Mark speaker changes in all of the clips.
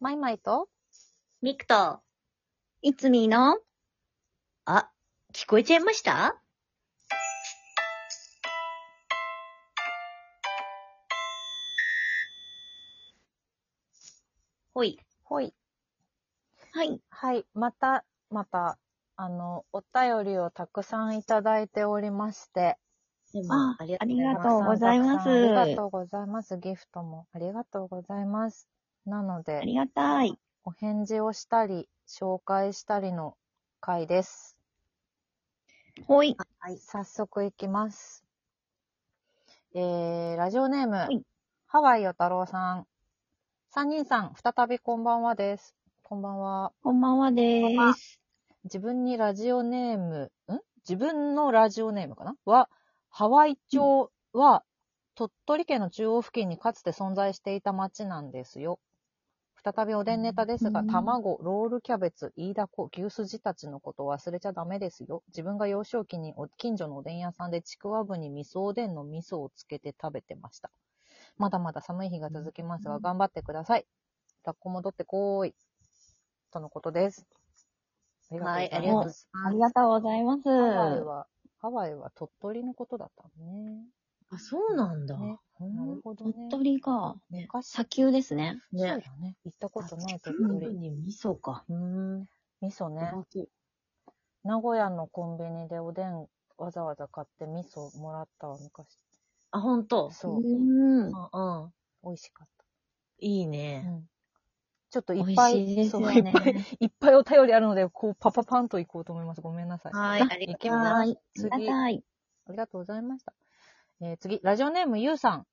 Speaker 1: マイマイと
Speaker 2: ミクと、
Speaker 3: いつみーの
Speaker 2: あ、聞こえちゃいましたほい。
Speaker 1: ほい。
Speaker 3: はい。
Speaker 1: はい。また、また、あの、お便りをたくさんいただいておりまして。
Speaker 2: でも
Speaker 3: あ
Speaker 2: り
Speaker 3: ありがとうございま
Speaker 1: たく
Speaker 3: す
Speaker 1: さんありがとうございます。ギフトもありがとうございます。なの
Speaker 3: あ
Speaker 1: で、
Speaker 3: りがたい。
Speaker 1: お返事をしたり、紹介したりの回です。
Speaker 3: ほい。
Speaker 2: はい。
Speaker 1: 早速いきます。えー、ラジオネーム、
Speaker 3: い
Speaker 1: ハワイよ太郎さん。三人さん、再びこんばんはです。こんばんは。
Speaker 3: こんばんはで
Speaker 2: こんばん
Speaker 3: ー
Speaker 2: は
Speaker 3: す。
Speaker 1: 自分にラジオネーム、ん自分のラジオネームかなは、ハワイ町は、鳥取県の中央付近にかつて存在していた町なんですよ。再びおでんネタですが、
Speaker 3: うん
Speaker 1: 卵、ロールキャベツ、イイダコ、牛すじたちのことを忘れちゃダメですよ。自分が幼少期にお近所のおでん屋さんでちくわぶに味噌おでんの味噌をつけて食べてました。まだまだ寒い日が続きますが、頑張ってください。ラッコ戻ってこーい。とのことです。あり
Speaker 2: はい、あ
Speaker 1: が
Speaker 2: り
Speaker 1: とう
Speaker 2: がと
Speaker 1: ご
Speaker 2: うご
Speaker 1: ざいます。
Speaker 2: ざ
Speaker 3: あ
Speaker 2: いま
Speaker 3: りがとうござ
Speaker 1: ハワイ
Speaker 3: います。
Speaker 1: は、ハワイは鳥取のことだったのね。
Speaker 2: す。あ、そうなんだ。
Speaker 1: ねなるほどね
Speaker 3: 鳥。取か。
Speaker 2: ね。
Speaker 1: 昔、
Speaker 3: 砂丘ですね。
Speaker 1: そうだ
Speaker 2: ね。
Speaker 1: ね。行ったことない鳥
Speaker 2: うん
Speaker 1: 取。
Speaker 2: 味噌か。
Speaker 1: うん。味噌ね。名古屋のコンビニでおでんわざわざ買って味噌もらったわ、昔。
Speaker 2: あ、ほんと。
Speaker 1: そう。
Speaker 3: ーん。
Speaker 2: うんうん。
Speaker 1: 美味しかっ
Speaker 2: いい
Speaker 1: た。
Speaker 2: ね。
Speaker 1: ちょっと
Speaker 3: 美
Speaker 1: いっ
Speaker 3: 味
Speaker 1: ぱ
Speaker 3: しいです
Speaker 1: そ
Speaker 3: よ
Speaker 1: う
Speaker 3: ね。
Speaker 1: いっぱい、 いっぱいお便りあるので、こう、パパパンと行こうと思います。ごめんなさい。
Speaker 2: はい、ありがとうござい
Speaker 3: は
Speaker 2: ま
Speaker 3: い。あ
Speaker 1: 次
Speaker 3: りがたい。
Speaker 1: ありがとうございました。えー次、ラジオネームゆうさん。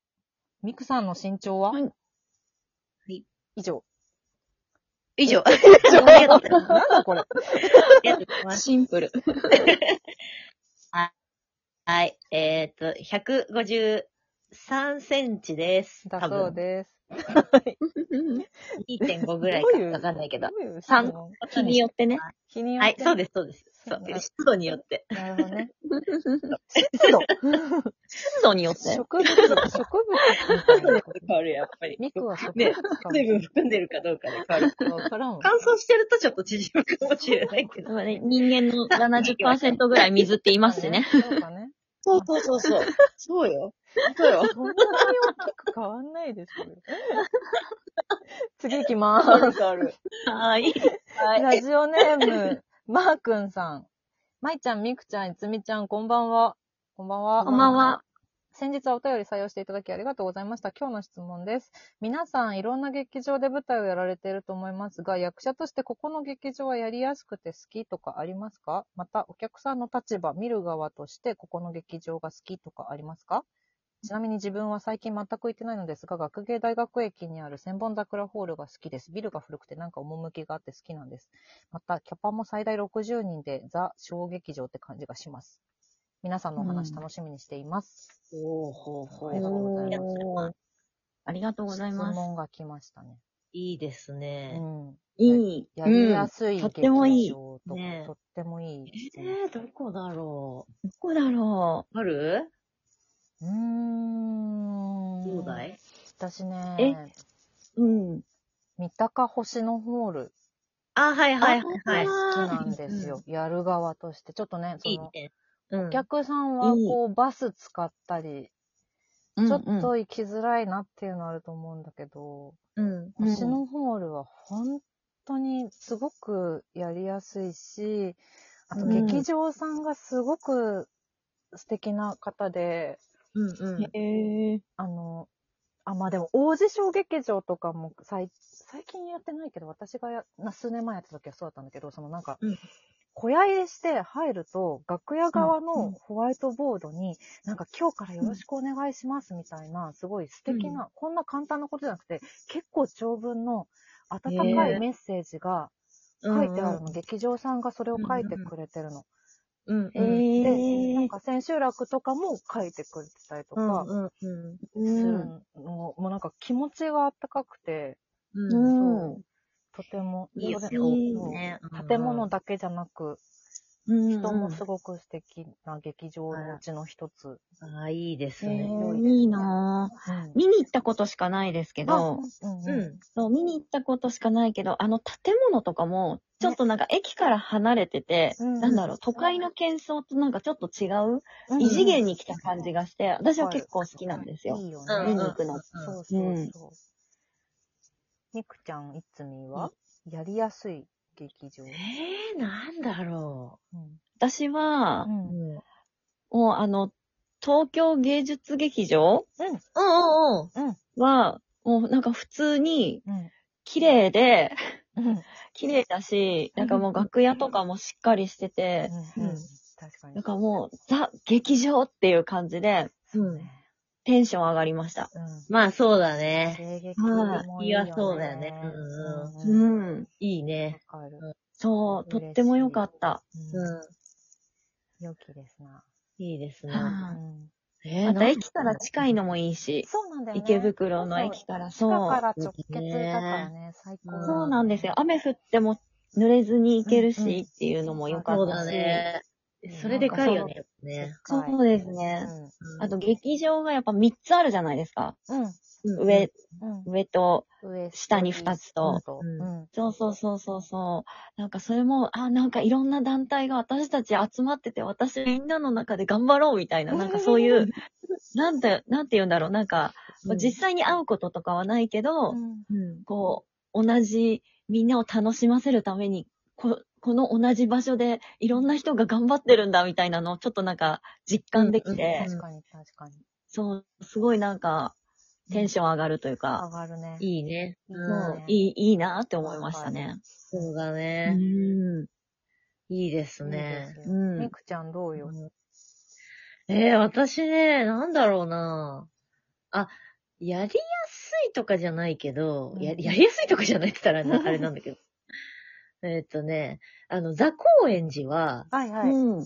Speaker 1: みくさんの身長は、
Speaker 3: はい
Speaker 2: い
Speaker 1: 以上。
Speaker 2: す。 以上。あ りがとうございます。
Speaker 1: なんだこれ。
Speaker 2: ありがとうございます。
Speaker 3: シンプル。
Speaker 2: はい。えっ、と、153センチです。
Speaker 1: だそうです。
Speaker 2: 多分2.5ぐらい
Speaker 1: どういう
Speaker 2: かわかんないけど
Speaker 1: ど。ういう質
Speaker 2: 三
Speaker 1: 問
Speaker 3: 日によってね。
Speaker 1: 日によ
Speaker 2: はい、そう
Speaker 1: で
Speaker 2: です、そうです。そう
Speaker 1: そう。だ
Speaker 2: 湿度によって。
Speaker 1: す。なるほ どね。湿度。
Speaker 3: 湿度によって。
Speaker 1: 植物、植物みたいなこと。
Speaker 2: 変わる、やっぱり。
Speaker 1: ミクは植
Speaker 2: ね
Speaker 1: 物か
Speaker 2: 水分含んでるかどうかで変わる。
Speaker 1: わからんわ。
Speaker 2: 乾燥してるとちょっと縮むかもしれないけど。
Speaker 3: まあね人間の70%ぐらい水って言いますしね。
Speaker 1: そうかね。
Speaker 2: そうそうそうそう。そうよ。そうよ。
Speaker 1: そんなに大きく変わんないですよ。次行きまーす。
Speaker 2: 変わる。
Speaker 3: はい。
Speaker 2: はい。
Speaker 1: ラジオネー ム、マー君さん。まいちゃん、みくちゃん、いつみちゃん、こんばんは。こんばんは。
Speaker 3: こんばんは。
Speaker 1: 先日はお便り採用していただきありがとうございました。今日の質問です。皆さん、いろんな劇場で舞台をやられていると思いますが、役者としてここの劇場はやりやすくて好きとかありますかまた、お客さんの立場、見る側としてここの劇場が好きとかありますかちなみに自分は最近全く行ってないのですが、学芸大学駅にある千本桜ホールが好きです。ビルが古くてなんか趣があって好きなんです。また、キャパも最大60人で、ザ・小劇場って感じがします。皆さんのお話
Speaker 3: うん
Speaker 1: 楽しみにしています。
Speaker 2: ほうほうほ
Speaker 1: ありがとうござい
Speaker 2: ます。
Speaker 3: ありがとうございま
Speaker 1: 質
Speaker 3: す。
Speaker 1: 問が来ましたね。
Speaker 2: いいです
Speaker 1: う
Speaker 2: ね。
Speaker 1: ん。
Speaker 3: いい。
Speaker 1: やりやすい
Speaker 3: うんとっ
Speaker 1: 劇
Speaker 3: てもいい
Speaker 1: 場とか、
Speaker 2: ね
Speaker 1: とってもいいですね。
Speaker 2: えー、どこだろ
Speaker 3: どこだろ
Speaker 2: う。ある
Speaker 1: うーん。
Speaker 2: どうだい
Speaker 1: 私ね、
Speaker 3: う。うん。
Speaker 1: 三鷹星のホール
Speaker 2: あ、はいはいはい
Speaker 1: が好
Speaker 2: は
Speaker 1: きなんですよ。やる側として。ちょっとね、
Speaker 2: い。
Speaker 1: そ
Speaker 2: いい
Speaker 1: の、
Speaker 2: ね。うん
Speaker 1: お客さんはこう、バス使ったり、
Speaker 3: うんうん
Speaker 1: ちょっと行きづらいなっていうのあると思うんだけど、
Speaker 2: うん。
Speaker 3: うん
Speaker 1: 星のホールは本当にすごくやりやすいし、あと
Speaker 3: うん
Speaker 1: 劇場さんがすごく素敵な方で、
Speaker 2: うんうん。
Speaker 3: へえ。
Speaker 1: あの、あ、まあでも、大地小劇場とかも最、最近やってないけど、私がや、な数年前やった時はそうだったんだけど、そのなんか、
Speaker 2: うん
Speaker 1: 小屋入れして入ると、楽屋側
Speaker 3: うんう
Speaker 1: の
Speaker 3: ん
Speaker 1: ホワイトボードに、なんか今日からよろしくお願いしますみたいな、すごい素敵な、こんな簡単なことじゃなくて、結構長文の温か
Speaker 2: へえ
Speaker 1: いメッセージが書いてあるの。劇場さんがそれを書いてくれてるの。
Speaker 2: うん
Speaker 3: へ
Speaker 2: うん。
Speaker 1: で、なん
Speaker 3: え。
Speaker 1: か千秋楽とかも書いてくれてたりと
Speaker 2: う
Speaker 1: か、
Speaker 2: んうんうん。
Speaker 3: う
Speaker 1: する
Speaker 3: ん。
Speaker 1: のも、もうなんか気持ちがあったかくて、
Speaker 2: うん
Speaker 3: うん。
Speaker 1: とても、
Speaker 2: いいよ
Speaker 1: そ
Speaker 2: ね
Speaker 1: れ
Speaker 2: 多いね。うん
Speaker 1: 建物だけじゃなく、
Speaker 3: うん
Speaker 1: 人もすごく素敵な劇場のうちの一つ。
Speaker 2: ああ、いいです
Speaker 3: え
Speaker 2: ね。
Speaker 3: ーいいなぁ。
Speaker 1: うん
Speaker 3: 見に行ったことしかないですけど、
Speaker 1: うん
Speaker 2: う
Speaker 1: うん
Speaker 2: ん。
Speaker 3: そう、見に行ったことしかないけど、あの建物とかも、ちょっとなんか駅から離れてて、
Speaker 1: うん
Speaker 3: なんだろう、都会の喧騒となんかちょっと違う、
Speaker 1: うん
Speaker 3: 異次元に来た感じがして、私は結構好きなんですよ。
Speaker 1: いいよ
Speaker 2: うん
Speaker 1: ね。
Speaker 3: 見に行くの。
Speaker 1: そうそうそう。ニクちゃん、いつみは、やりやすい劇場。
Speaker 2: ええー、なんだろ
Speaker 1: うん
Speaker 3: 私は
Speaker 1: う、。
Speaker 2: う。うんん。うん
Speaker 3: もうあの、東京芸術劇場
Speaker 2: うんうん。
Speaker 3: は、もうなんか普通に
Speaker 1: うん
Speaker 3: 綺麗で、
Speaker 1: うん。
Speaker 3: 綺麗だし、なんかもう楽屋とかもしっかりしてて、
Speaker 1: うん
Speaker 2: うん
Speaker 1: 確かに。
Speaker 3: なんかもうザ劇場っていう感じで
Speaker 1: そうね。
Speaker 3: テンション上がりました。
Speaker 1: うん。
Speaker 2: まあそうだね。
Speaker 1: 声撃もいいよ
Speaker 2: い
Speaker 1: ね。
Speaker 2: やそうだよねう
Speaker 1: うん。わ
Speaker 3: ん。
Speaker 2: いいね。
Speaker 1: かる。
Speaker 3: そう、とっても良かった。
Speaker 1: うん。
Speaker 2: う
Speaker 1: 良きですな。
Speaker 2: ん。いいですね。
Speaker 1: う
Speaker 3: は
Speaker 1: ん。
Speaker 3: い
Speaker 2: え
Speaker 3: また駅から近いのもいいし、
Speaker 1: そうなんだよね。
Speaker 3: 池袋の駅から、
Speaker 1: そうそう。
Speaker 3: そう
Speaker 1: 地下。から直結だからね、最高。
Speaker 2: ら
Speaker 3: そうなんですよ。雨降っても濡れずに行け
Speaker 1: うん
Speaker 3: る
Speaker 1: うん
Speaker 3: しっていうのも良か
Speaker 2: そう
Speaker 3: った
Speaker 2: だ
Speaker 3: し。
Speaker 2: ね。それでかいよね。ね。
Speaker 3: そうです
Speaker 1: う
Speaker 3: ね。
Speaker 1: ん。
Speaker 3: あと劇場がやっぱ3つあるじゃないですか。
Speaker 1: うん。
Speaker 2: うん、
Speaker 3: 上、
Speaker 1: うん。
Speaker 3: 上と、
Speaker 1: 上、
Speaker 3: 下に二つと
Speaker 1: うんうん。
Speaker 3: そうそうそうそうそう。なんかそれも、あ、なんかいろんな団体が私たち集まってて、私みんなの中で頑張ろうみたいな、なんかそういう、なんて、なんて言うんだろう、なんか、
Speaker 2: うん
Speaker 3: 実際に会うこととかはないけど、
Speaker 1: うん
Speaker 2: うん。
Speaker 3: こう、同じ、みんなを楽しませるために、ここの同じ場所でいろんな人が頑張ってるんだみたいなのをちょっとなんか実感できて、
Speaker 2: うん
Speaker 1: 確かに、確かに。
Speaker 3: そう、すごいなんかテンション上がるという
Speaker 1: 上
Speaker 3: か、
Speaker 1: がるね。
Speaker 2: いいね。
Speaker 1: いい
Speaker 2: うん
Speaker 1: ね
Speaker 3: そういい、いいなって思いましたね。
Speaker 2: そうだ
Speaker 3: う
Speaker 2: ね。
Speaker 3: ん。
Speaker 2: いいです
Speaker 1: いいで
Speaker 2: ね
Speaker 1: す。よ。
Speaker 3: うん
Speaker 1: みくちゃんどうよ。
Speaker 2: ええー、私ね、なんだろうな。あ、やりやすいとかじゃないけど、ややりやすいとかじゃないって言ったらなあれ なんだけど。えーっとね、あの、座高円寺は、
Speaker 1: はいはい。
Speaker 3: うん。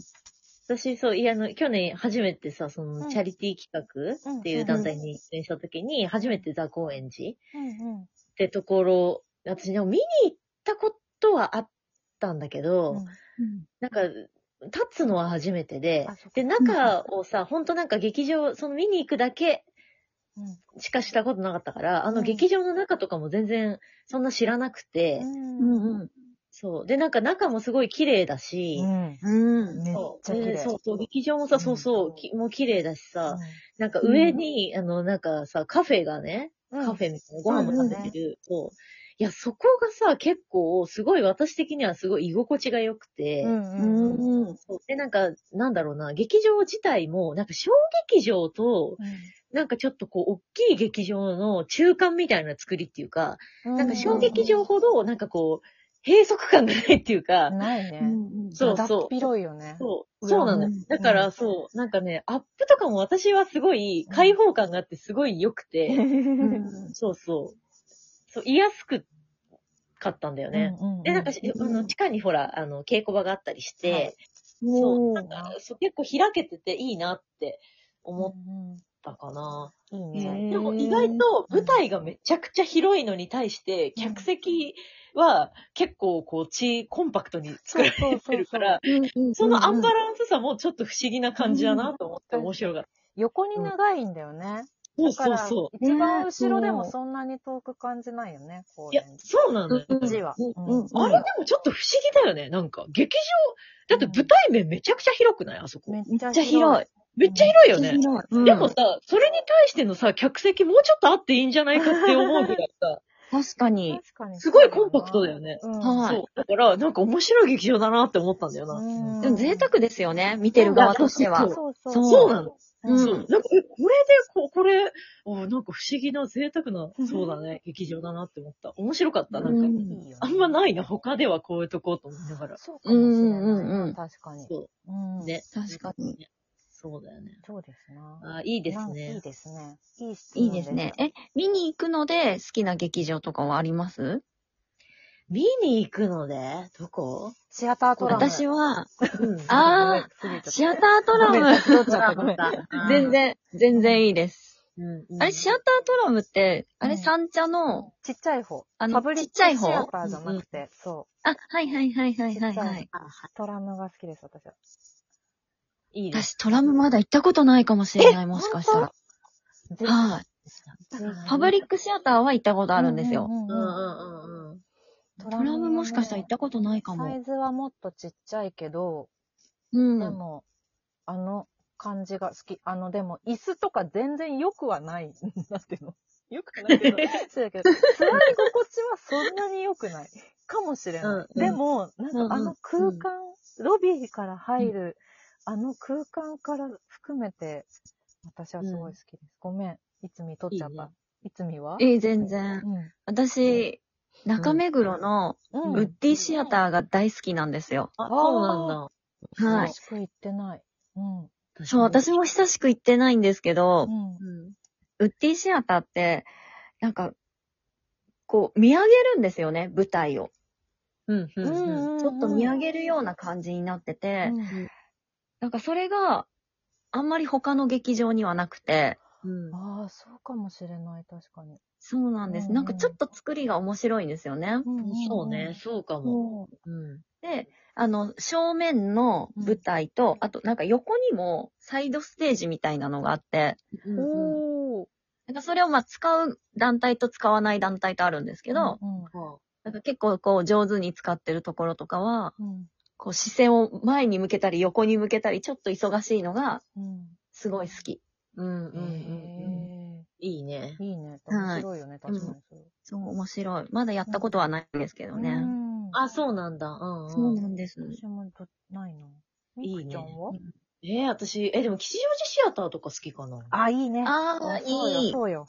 Speaker 2: 私、そう、いや、あの、去年初めてさ、そうの、
Speaker 1: ん
Speaker 2: チャリティー企画っていう団体に出演した時に、初めて座高円寺
Speaker 1: うん
Speaker 2: ってところ、私でも見に行ったことはあったんだけど、
Speaker 1: うん。
Speaker 2: なんか、立つのは初めてで
Speaker 1: あそっか、
Speaker 2: で、中をさ、ほんとなんか劇場、その見に行くだけ
Speaker 1: うん
Speaker 2: しかしたことなかったから、あ
Speaker 1: う
Speaker 2: の
Speaker 1: ん
Speaker 2: 劇場の中とかも全然そんな知らなくて、
Speaker 1: う
Speaker 3: う
Speaker 1: ん
Speaker 3: んうん。
Speaker 2: そう。で、なんか中もすごい綺麗だし、
Speaker 1: うん。
Speaker 3: うん。
Speaker 1: めっ
Speaker 2: そう
Speaker 1: ちゃ綺
Speaker 2: で
Speaker 1: 麗。
Speaker 2: そうそう、劇場も
Speaker 1: う
Speaker 2: さ、
Speaker 1: ん
Speaker 2: そうそう、きもう綺麗だしさ、
Speaker 1: う
Speaker 2: なんか上に、あの、なんかさ、カフェがね、
Speaker 1: ん
Speaker 2: カフェみたいな、ご飯も食べ
Speaker 1: うん
Speaker 2: てる、そう。いや、そこがさ、結構、すごい私的にはすごい居心地が良くて、
Speaker 1: うん
Speaker 3: う
Speaker 1: うんうん。
Speaker 3: ん。
Speaker 2: そうで、なんか、なんだろうな、劇場自体も、なんか小劇場と、なんかちょっとこう、大きい劇場の中間みたいな作りっていうか、
Speaker 1: な
Speaker 2: なんか小劇場ほど、なんかこう、閉塞感がないっていうか、
Speaker 1: ない
Speaker 3: うん
Speaker 1: ね。
Speaker 3: うん
Speaker 2: そう
Speaker 1: だだっ広いよね。
Speaker 2: そう、そうなのよ
Speaker 3: うん。
Speaker 2: だから、そう、なんかね、アップとかも私はすごい開放感があってすごい良くて、
Speaker 3: うん
Speaker 2: そうそう、そう、居やすくかったんだよね。
Speaker 1: う
Speaker 2: で、なんかし、あの、地下にほら、あの、稽古場があったりして、
Speaker 1: はい
Speaker 2: そう、
Speaker 3: う
Speaker 2: なん
Speaker 3: ん
Speaker 2: か、そう結構開けてていいなって思ったかな。
Speaker 1: うんうんいい
Speaker 3: へ
Speaker 1: ね。
Speaker 3: ー
Speaker 2: でも意外と舞台がめちゃくちゃ広いのに対して、
Speaker 1: うん
Speaker 2: 客席は結構こう、ち、コンパクトに作られてるから、そのアンバランスさもちょっと不思議な感じだなと思って面白かっ
Speaker 1: 横に長いんだよね。
Speaker 2: た。そうそう
Speaker 1: そ。
Speaker 2: そう
Speaker 1: 一番後ろでも
Speaker 3: ね
Speaker 1: そんなに遠く感じないよね、こ
Speaker 2: う。
Speaker 1: う
Speaker 2: いや、そうなのよ。
Speaker 1: こっちは。
Speaker 3: うんうん
Speaker 2: あれでもちょっと不思議だよね、なんか。劇場、だって舞台面めちゃくちゃ広くないあそこ。
Speaker 1: めっち
Speaker 3: め
Speaker 1: ゃ
Speaker 3: っちゃ広
Speaker 1: 広
Speaker 3: い
Speaker 1: い。。
Speaker 2: めっちゃ広いよね。
Speaker 3: うん
Speaker 2: でもさ、それに対してのさ、客席もうちょっとあっていいんじゃないかって思うぐらいさ、
Speaker 3: 確かに。
Speaker 1: 確かに。
Speaker 2: すごいコンパクトだよ
Speaker 1: ね。
Speaker 2: ね。
Speaker 1: うん
Speaker 3: はい
Speaker 2: そう。だから、なんか面白い劇場だなって思ったんだよな。
Speaker 1: うん
Speaker 3: でも贅沢ですよね、見てる側としては。
Speaker 1: そうそう。
Speaker 2: そうなの。
Speaker 3: うん
Speaker 2: そう。なんか、えこれで、ここれ、おなんか不思議な贅沢な、そうだね、劇場だなって思った。面白かった、なんか。
Speaker 3: うん
Speaker 1: いいよね
Speaker 2: あんまないな、他ではこういうとこと思いながら。
Speaker 1: そうかもしれない。
Speaker 3: うんうんうん
Speaker 1: 確かに。
Speaker 2: そ
Speaker 1: うん
Speaker 2: う。。ね。
Speaker 3: 確かに。
Speaker 2: そうだよね。
Speaker 1: そうですな。
Speaker 2: あいいです
Speaker 1: なんかい
Speaker 2: ね
Speaker 1: い。ですね。いい質問
Speaker 3: いいですね。。え、見に行くので好きな劇場とかはあります
Speaker 2: 見に行くので、どこ
Speaker 1: シアタートラム。
Speaker 3: 私は、
Speaker 2: うん
Speaker 3: あーシアタート
Speaker 1: ト
Speaker 3: ラム。
Speaker 1: ム。どっちゃったごめん。
Speaker 2: あー
Speaker 3: 全然、全然いいです。
Speaker 2: うん
Speaker 3: あれ、シアタートラムって、あ
Speaker 1: う
Speaker 3: れ、
Speaker 1: ん
Speaker 3: 三茶の、
Speaker 1: ちっちゃい方。
Speaker 3: あの
Speaker 1: パブリッ
Speaker 3: ちっちゃい
Speaker 1: クシ
Speaker 3: 方
Speaker 1: アターじゃなくて、そ
Speaker 3: あ、はいはいはいは
Speaker 1: う。
Speaker 3: いはい、は
Speaker 1: ちっ
Speaker 3: い
Speaker 1: ち。ゃトラムが好きです、私は。
Speaker 2: いいです。
Speaker 3: 私、トラムまだ行ったことないかもしれない、もしかしたら。
Speaker 1: ぜひ
Speaker 3: はい。パブリックシアターは行ったことあるんですよ。。
Speaker 2: うんうんうんうん。
Speaker 1: ト
Speaker 3: トラムもしかしたら行ったことないか
Speaker 1: サ
Speaker 3: も。
Speaker 1: イズはもっとちっちゃいけど、
Speaker 3: うん。
Speaker 1: でも、あの感じが好き。あの、でも、椅子とか全然良くはない。なんていうの良くはないけど、そうだけど、座り心地はそんなに良くない。かもしれない。
Speaker 2: うんうん
Speaker 1: でも、
Speaker 3: うん
Speaker 1: なん
Speaker 3: うん
Speaker 1: かあの空間、ロビーから入る、あの空間から含めて、私はすごい好きです。ごめん。いつみ撮っちゃっ
Speaker 2: いい
Speaker 1: た
Speaker 2: ね。
Speaker 1: いつみは
Speaker 3: ええ、全然。私、中目黒の
Speaker 1: うん。
Speaker 3: ウッディシアターが大好きなんですよ。
Speaker 2: あ、そうなんだ。
Speaker 1: うん。
Speaker 3: はい
Speaker 1: 詳。しく行ってない。うん。う
Speaker 3: そう、私も久しく行ってないんですけど、
Speaker 1: ん。
Speaker 2: うん。
Speaker 3: ウッディシアターって、なんか、こう、見上げるんですよね、舞台を。
Speaker 2: うん、うん、うん。
Speaker 1: うん
Speaker 3: ちょっと見上げるような感じになってて、
Speaker 1: うん
Speaker 3: なんかそれが、あんまり他の劇場にはなくて、
Speaker 2: うん
Speaker 1: ああ、そうかもしれない、確かに。
Speaker 3: そうなんで
Speaker 1: う
Speaker 3: す。
Speaker 1: んうん
Speaker 3: なんかちょっと作りが面白いんですよね。
Speaker 2: そうね、そうかも。
Speaker 1: も
Speaker 2: うん。
Speaker 3: で、あの、正面の舞台と、あとなんか横にもサイドステージみたいなのがあって、
Speaker 2: う
Speaker 1: うん。
Speaker 2: ん。
Speaker 1: おー。
Speaker 3: なんかそれをまあ使う団体と使わない団体とあるんですけど、
Speaker 1: うん
Speaker 3: なんか結構こう上手に使ってるところとかは、
Speaker 1: うん。
Speaker 3: こう視線を前に向けたり横に向けたり、ちょっと忙しいのが
Speaker 1: うん。
Speaker 3: すごい好き。
Speaker 2: うん、うん、
Speaker 1: う
Speaker 2: うん。
Speaker 1: ん。
Speaker 2: いいね。
Speaker 1: いいね。面
Speaker 3: はい
Speaker 1: 白いよね、確かにそれ。
Speaker 3: そう、面白い。まだやったことはないんですけどね。
Speaker 1: うん
Speaker 2: あ、そうなんだ。うん。
Speaker 3: そう
Speaker 2: だ。
Speaker 3: なんです。
Speaker 1: 私もど、ないな。
Speaker 2: いいね
Speaker 1: みくちゃんは
Speaker 2: えー、私、え、でも吉祥寺シアターとか好きかな。
Speaker 1: あ、いいね。
Speaker 3: ああ、
Speaker 1: そうよ
Speaker 3: いい。
Speaker 1: そうよ。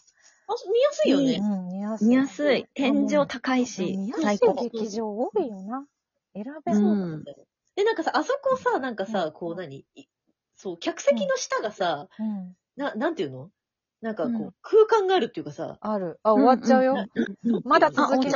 Speaker 2: あ、見やすいよ
Speaker 3: い
Speaker 1: うん
Speaker 2: ね。、
Speaker 1: 見やすい。
Speaker 3: 見やすい。天井
Speaker 1: い
Speaker 3: 高いし
Speaker 1: 見や、す
Speaker 3: 最
Speaker 1: い
Speaker 3: 高。
Speaker 1: 劇場多いよな。選べ
Speaker 3: う
Speaker 1: そうん
Speaker 2: で、なんかさ、あそこさ、なんか
Speaker 1: う
Speaker 2: さ
Speaker 1: ん、
Speaker 2: こう何いそう、客席の下がさ、
Speaker 1: だ。うん。
Speaker 2: な、なんていうのなんかこ
Speaker 3: うん
Speaker 2: う、空間があるっていうかさ、
Speaker 1: ある。あ、終わっちゃうよ。
Speaker 3: んんん
Speaker 1: まだ続
Speaker 3: あ終わっ
Speaker 1: け